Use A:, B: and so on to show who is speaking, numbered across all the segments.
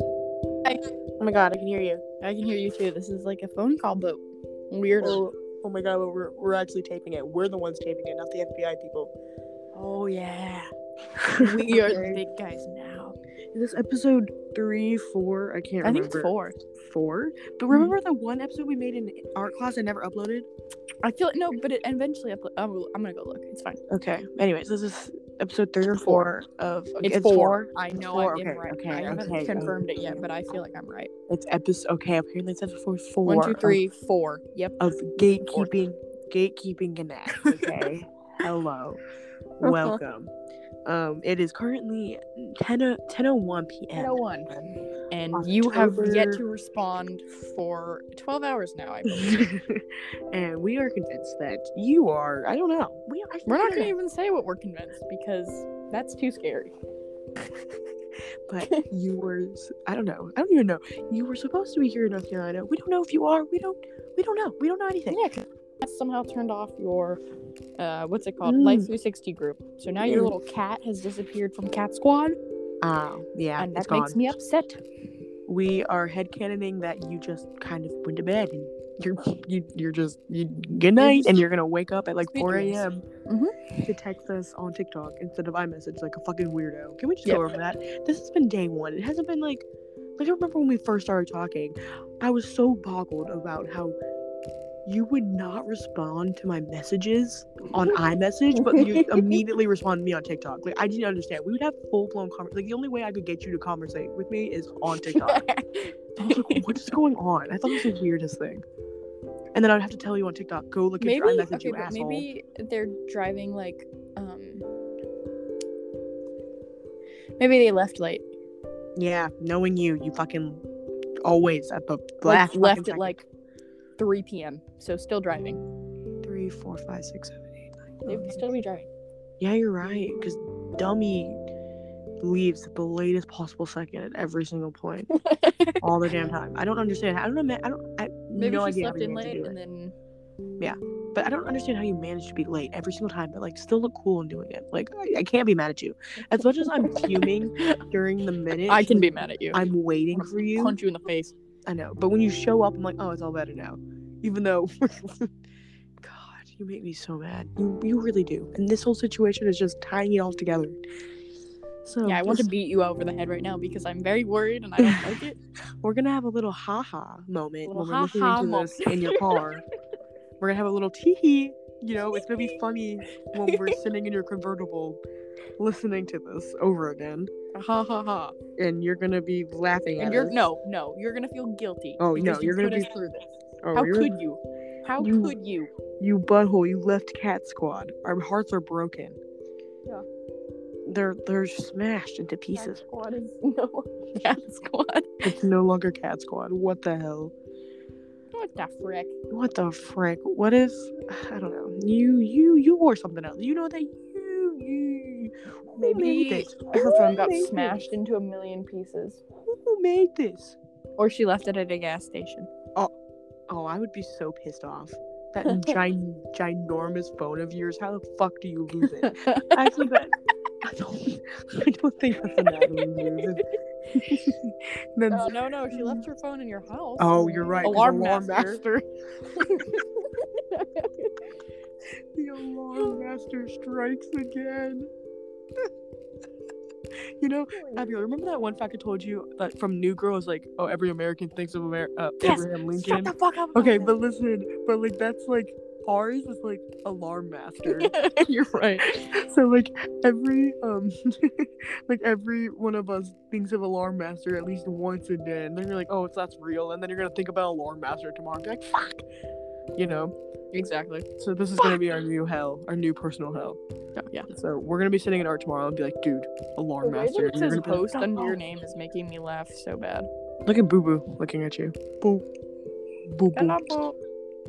A: Oh my god, I can hear you.
B: I can hear you too. This is like a phone call, but weirder.
A: Oh, oh my god, we're, we're actually taping it. We're the ones taping it, not the FBI people.
B: Oh yeah, we are the big guys now.
A: Is this episode three, four? I can't
B: I think
A: remember.
B: it's four. Mm-hmm.
A: Four? But remember the one episode we made in art class I never uploaded?
B: I feel no, but it eventually. Uplo- I'm, I'm gonna go look. It's fine.
A: Okay. Anyways, this is episode three or four of.
B: I know
A: Four,
B: I'm
A: okay,
B: right.
A: okay,
B: I haven't
A: okay,
B: confirmed it
A: okay.
B: yet, but I feel like I'm right.
A: It's episode. Okay, apparently it says before four.
B: One, two,
A: of-
B: three, four. Yep.
A: Of, gatekeeping, gatekeeping Gannett. Okay. Hello.
B: Uh-huh.
A: Welcome. Um, it is currently 10 10:01 p.m.
B: 101. And you have yet
A: October-
B: to respond for 12 hours now. I believe.
A: and we are convinced that you are. I don't know. We are.
B: we're not gonna even say what we're convinced because that's too scary.
A: But you were. s- I don't know. I don't even know. You were supposed to be here in North Carolina. We don't know if you are. We don't. We don't know. We don't know anything.
B: Yeah, 'cause that somehow turned off your, uh, what's it called?
A: Mm.
B: Life 360 group. So now your
A: Mm.
B: little cat has disappeared from Cat Squad,
A: Oh, yeah.
B: and
A: it's
B: that
A: gone.
B: makes me upset.
A: we are headcanoning that you just kind of went to bed and you're you, you're just you, good night and you're gonna wake up at like 4
B: Sweet dreams.
A: a.m to text us on tiktok instead of iMessage like a fucking weirdo can we just
B: Yep.
A: go over that this has been day one it hasn't been like like i remember when we first started talking i was so boggled about how you would not respond to my messages on iMessage, but you immediately respond to me on TikTok. Like I didn't understand. We would have full blown conver- like the only way I could get you to conversate with me is on TikTok. I was like, what is going on? I thought it was the weirdest thing. And then I'd have to tell you on TikTok, go look at
B: maybe,
A: your iMessage,
B: okay,
A: you
B: but
A: asshole.
B: maybe they're driving like, um, maybe they left late.
A: Yeah, knowing you, you fucking always at the
B: Like,
A: last
B: left at like 3 p.m. So still driving.
A: three, four, five, six, seven, eight, nine.
B: They
A: ten.
B: would still be driving.
A: Yeah, you're right. Because dummy leaves at the latest possible second at every single point, all the damn time. I don't understand. I don't. Ima- I don't. I
B: maybe
A: no
B: she
A: idea how
B: slept
A: you
B: in
A: manage to
B: late
A: do it.
B: and then.
A: But I don't understand how you manage to be late every single time, but like still look cool in doing it. Like I, I can't be mad at you. As much as I'm fuming during the minute,
B: I can be mad at you.
A: I'm waiting for you.
B: punch you in the face.
A: I know, but when you show up, I'm like, oh, it's all better now. Even though, God, you make me so mad. You, you really do. And this whole situation is just tying it all together. So
B: Yeah, I want to
A: just-
B: beat you over the head right now because I'm very worried and I don't like it.
A: We're gonna have a little haha moment
B: Little
A: when we're listening
B: ha-ha
A: to
B: moment.
A: this in your car. we're gonna have a little tee hee. You know, it's gonna be funny when we're sitting in your convertible, listening to this over again,
B: Ha ha ha.
A: and you're gonna be laughing at
B: And you're
A: us.
B: no, no. You're gonna feel guilty.
A: Oh,
B: because
A: no,
B: you
A: you're gonna
B: put
A: be-
B: us through this.
A: Oh,
B: How
A: you're-
B: could you? How
A: You-
B: could you?
A: You butthole, you left Cat Squad. Our hearts are broken.
B: Yeah.
A: They're they're smashed into pieces.
B: squad is no cat squad.
A: It's no longer Cat Squad. What the hell?
B: What the frick?
A: What the frick? What if I don't know. You you you wore something else. You know that you you who
B: Maybe
A: made this?
B: Her
A: Who
B: phone got
A: made
B: smashed into a million pieces.
A: this? Who made this?
B: Or she left it at a gas station.
A: Oh, I would be so pissed off. That gin- ginormous phone of yours. How the fuck do you lose it? Actually, but I don't, I don't think that's anatomy move. That's-
B: Oh, no, no. She left her phone in your house.
A: oh, you're right. 'cause
B: Alarm master.
A: the alarm master strikes again. you know, Abigail, remember that one fact I told you that from New Girl is like, oh, every American thinks of Amer- uh,
B: Yes,
A: Abraham
B: Shut
A: Lincoln.
B: the fuck up. about
A: Okay,
B: this.
A: but listen, but like that's like ours is like alarm master.
B: you're right.
A: so like every um like every one of us thinks of alarm master at least once a day and then you're like oh it's that's real and then you're gonna think about alarm master tomorrow and be like fuck you know
B: Exactly.
A: so this is gonna be our new hell our new personal hell
B: Oh, yeah.
A: so we're gonna be sitting in art tomorrow and be like dude alarm
B: The way
A: master
B: that it says
A: And you're gonna be like,
B: host
A: "Stop,
B: under your
A: stop."
B: name is making me laugh so bad.
A: look at boo boo looking at you boo boo
B: Hello,
A: boo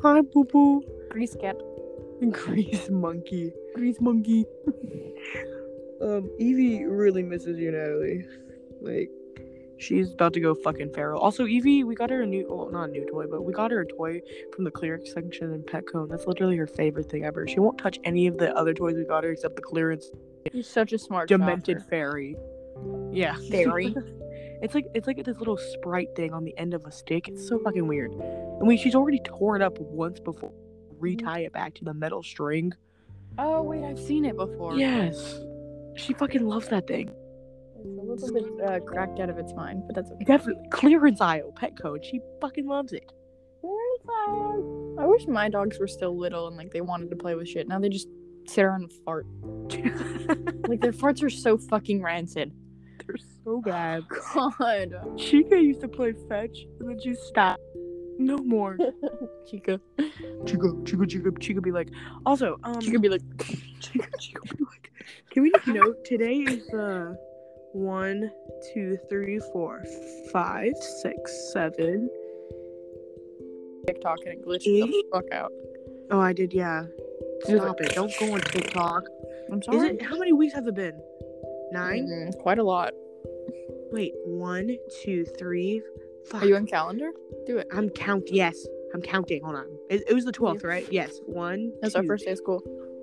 A: hi boo boo
B: Grease cat.
A: Grease monkey. Grease monkey. um, Evie really misses you, Natalie. Like, she's about to go fucking feral. Also, Evie, we got her a new, well, not a new toy, but we got her a toy from the clearance section in Petco, and that's literally her favorite thing ever. She won't touch any of the other toys we got her except the clearance
B: You're such a smart
A: demented
B: stalker.
A: fairy. Yeah.
B: fairy.
A: It's like it's like this little sprite thing on the end of a stick. It's so fucking weird. I mean, she's already torn it up once before. Retie it back to the metal string.
B: oh wait, I've seen it before.
A: Yes. She fucking loves that thing.
B: It's a little bit uh, cracked out of its mind, but that's okay.
A: Definitely clearance aisle, Petco. and She fucking loves it.
B: Where is that? I wish my dogs were still little and like they wanted to play with shit. Now they just sit around and fart. Like their farts are so fucking rancid.
A: They're so bad.
B: God,
A: Chica used to play fetch and then she stopped. No more.
B: Chica,
A: Chica, Chica, Chica, Chica be like. Also, um,
B: Chica be like,
A: Chica, Chica be like. Can we just note today is uh one, two, three, four, five, six, seven.
B: TikTok and it glitched the fuck out.
A: Oh, I did. Yeah.
B: You're
A: Stop
B: like-
A: it! Don't go on TikTok.
B: I'm
A: Is
B: sorry.
A: it how many weeks have it been? Nine.
B: Mm, quite a lot.
A: Wait, one, two, three. Fuck.
B: Are you on calendar? Do it.
A: I'm count. Yes, I'm counting. Hold on. It, it was the twelfth, right? Yes. One.
B: That's our
A: two-
B: first day of school.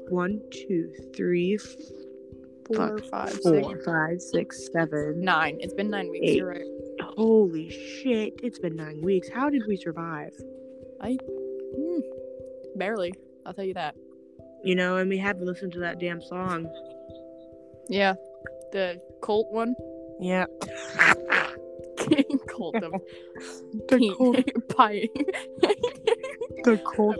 A: One, two, three, f-
B: Four,
A: Fuck.
B: five, six,
A: four, five, six, seven.
B: nine. It's been nine weeks.
A: Eight.
B: You're right.
A: Holy shit! It's been nine weeks. How did we survive?
B: Mm, barely. I'll tell you that.
A: You know, and we had to listen to that damn song.
B: Yeah, the Colt one.
A: Yeah.
B: Colt them.
A: The cold,
B: pie.
A: the cold,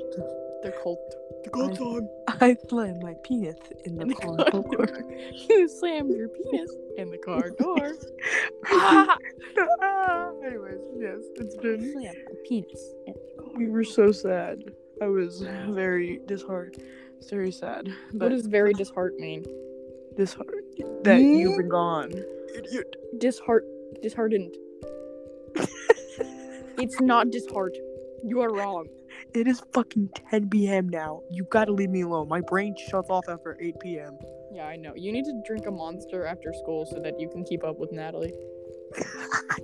B: the Colt.
A: the cold song. I slammed my penis in
B: In the car door. you slammed your penis in the car door.
A: Anyways, yes, it's been.
B: the penis in the car.
A: We were so sad. I was very disheartened. It's very sad.
B: What
A: But
B: does very disheart mean?
A: disheartened that you've been gone.
B: Disheart, disheartened. it's not disheart. You are wrong.
A: It is fucking 10 p.m. now. You gotta leave me alone. My brain shuts off after 8 p.m.
B: Yeah, I know. You need to drink a monster after school so that you can keep up with Natalie.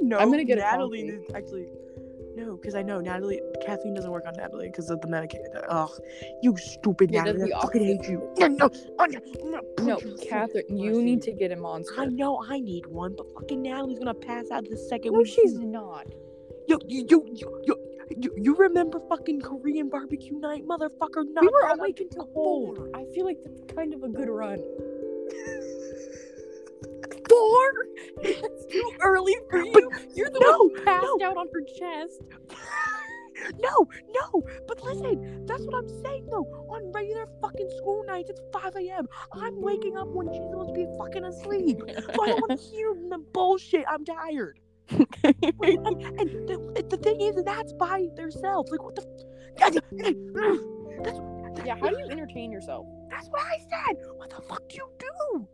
A: no,
B: I'm gonna get a
A: Natalie.
B: coffee.
A: is actually, no, because I know Natalie. Caffeine doesn't work on Natalie because of the medication. Ugh, you stupid
B: Yeah, that's
A: Natalie.
B: the
A: I fucking hate you. No, no, no, no,
B: No, Catherine, you need to get a
A: I
B: monster.
A: know I need one, but fucking Natalie's gonna pass out the second
B: No,
A: we see
B: she's
A: her.
B: not.
A: Yo, you, you, you, you, you, you remember fucking Korean barbecue night, motherfucker? Not
B: We were
A: that
B: awake
A: fucking
B: until
A: cold.
B: four. I feel like that's kind of a good run. Four? That's too early for you. You're the
A: No,
B: one who passed
A: no.
B: out on her chest.
A: No, no, but listen, that's what I'm saying though. On regular fucking school nights, it's 5 a.m. I'm waking up when she's supposed to be fucking asleep. So I don't want to hear the bullshit. I'm tired. and and the, the thing is, that's by themselves. Like, what the? f- That's,
B: Yeah, how do you entertain yourself?
A: that's what I said. What the fuck do you do?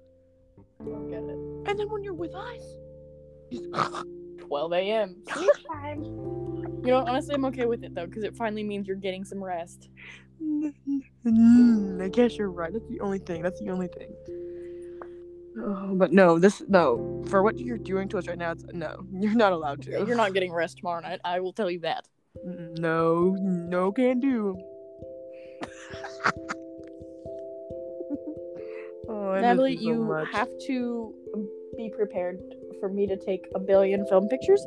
B: Get it.
A: And then when you're with us, just
B: 12 a.m. Sleep time. You know, honestly, I'm okay with it though, because it finally means you're getting some rest.
A: Mm, I guess you're right. That's the only thing. That's the only thing. Oh, but no, this no. For what you're doing to us right now, it's no. You're not allowed to.
B: You're not getting rest tomorrow night. I will tell you that.
A: Mm, No, no can do. oh, I miss
B: Natalie,
A: so
B: you
A: much.
B: have to be prepared for me to take a billion film pictures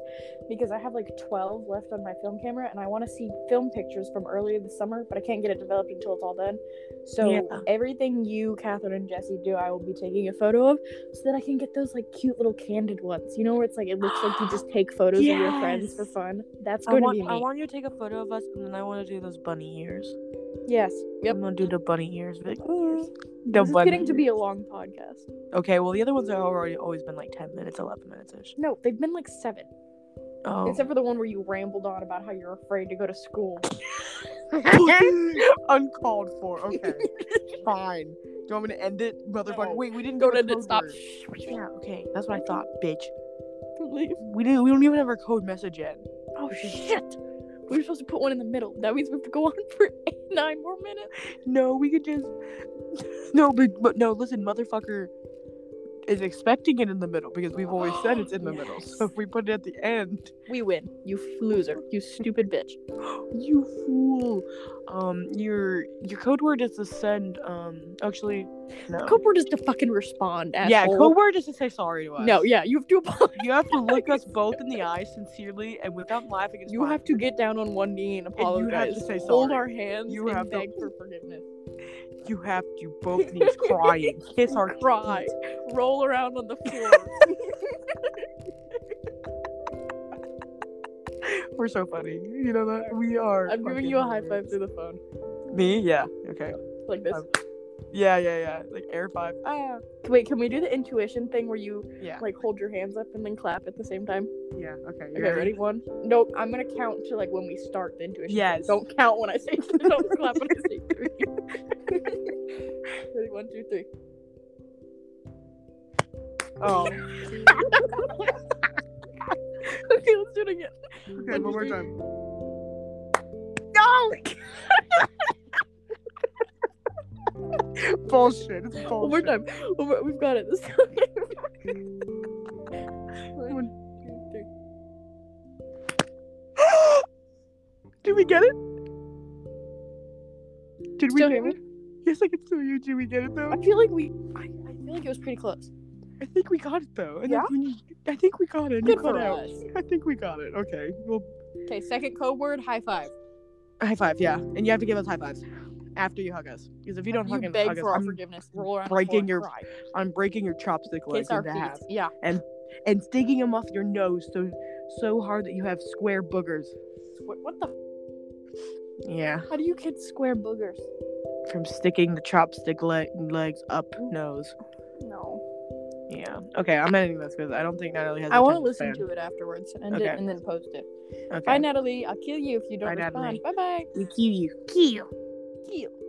B: because I have like 12 left on my film camera and I want to see film pictures from earlier this summer, but I can't get it developed until it's all done. So
A: Yeah.
B: everything you, Catherine, and Jesse do, I will be taking a photo of so that I can get those like cute little candid ones. You know where it's like it looks like you just take photos of your friends for
A: Yes.
B: fun. That's
A: I
B: going
A: want,
B: to be me.
A: I want you to take a photo of us, and then I want to do those bunny ears.
B: yes. Yep.
A: I'm gonna do the bunny ears. Like,
B: Ears.
A: the
B: this is
A: bunny
B: getting to be a
A: ears.
B: long podcast.
A: Okay, well the other ones have already always been like ten minutes, eleven minutes ish.
B: No, they've been like seven.
A: Oh.
B: Except for the one where you rambled on about how you're afraid to go to school.
A: Uncalled for. Okay. Fine. Do you want me to end it, motherfucker?
B: No.
A: Wait, we didn't
B: Go
A: go
B: to
A: to
B: the
A: the
B: stop.
A: Yeah. Okay. That's what I thought, bitch.
B: Leave.
A: We didn't. We don't even have our code message yet.
B: Oh shit! We were supposed to put one in the middle. That means we have to go on for eight, nine more minutes.
A: No, we could just. No, but but no. Listen, motherfucker. is expecting it in the middle because we've always said it's in the middle. So if we put it at the end,
B: We win. You f- loser. You stupid bitch.
A: you fool. Um, your your code word is to send. Um, actually, no.
B: Oh. Code word is to fucking respond. Asshole.
A: yeah, code word is to say sorry to us.
B: No, yeah, you have to apologize.
A: You have to look us both in the eye sincerely and without laughing. It's
B: You
A: fine.
B: have to get down on one knee and
A: you have
B: apologize.
A: to say
B: Hold
A: sorry.
B: our hands
A: You
B: and
A: have to-
B: beg for forgiveness.
A: You have to both knees crying, kiss our
B: Cry.
A: feet.
B: Roll around on the floor.
A: We're so funny. You know that we are.
B: I'm giving you a high
A: fucking
B: five
A: nerds.
B: through the phone.
A: Me? Yeah. Okay.
B: Like this.
A: Um, Yeah, yeah, yeah. Like air five. Ah.
B: Wait, can we do the intuition thing where you
A: Yeah.
B: like hold your hands up and then clap at the same time?
A: Yeah. Okay. you
B: Okay, ready? One. Nope. I'm gonna count to like when we start the intuition. thing.
A: Yes.
B: Don't count when I say don't clap when I say three. ready? One, two, three.
A: Oh.
B: Okay, let's do it again.
A: Okay. One more time.
B: No.
A: Bullshit. It's bullshit.
B: One more time. One more- We've got it this time. One, two, three.
A: Did we get it? Did we
B: Still
A: get
B: hear me?
A: it? Yes, I can still hear you. Did we get it though?
B: I feel like we. I, I feel like it was pretty close.
A: I think we got it though. And
B: Yeah?
A: then you, I think we got it. and you
B: Good for
A: cut out.
B: us.
A: I think we got it. Okay. Well,
B: Okay, second code word, high five.
A: high five. Yeah, and you have to give us high fives after you hug us. Because if you don't
B: You
A: hug, and
B: beg
A: hug us,
B: for our
A: I'm,
B: forgiveness. Roll around the
A: breaking
B: floor and
A: your
B: cry.
A: I'm breaking your chopstick legs
B: kiss our
A: into
B: feet.
A: half
B: Yeah.
A: and sticking them off your nose so so hard that you have square boogers.
B: What, what the?
A: Yeah,
B: How do you kids square boogers?
A: from sticking the chopstick le- legs up nose.
B: No.
A: Yeah. Okay, I'm editing this because I don't think Natalie has.
B: I want to listen to it afterwards and,
A: Okay.
B: and then post it.
A: Okay.
B: Bye, Natalie. I'll kill you if you don't
A: Bye,
B: respond.
A: Natalie.
B: Bye bye.
A: we kill you. Kill.
B: Kill.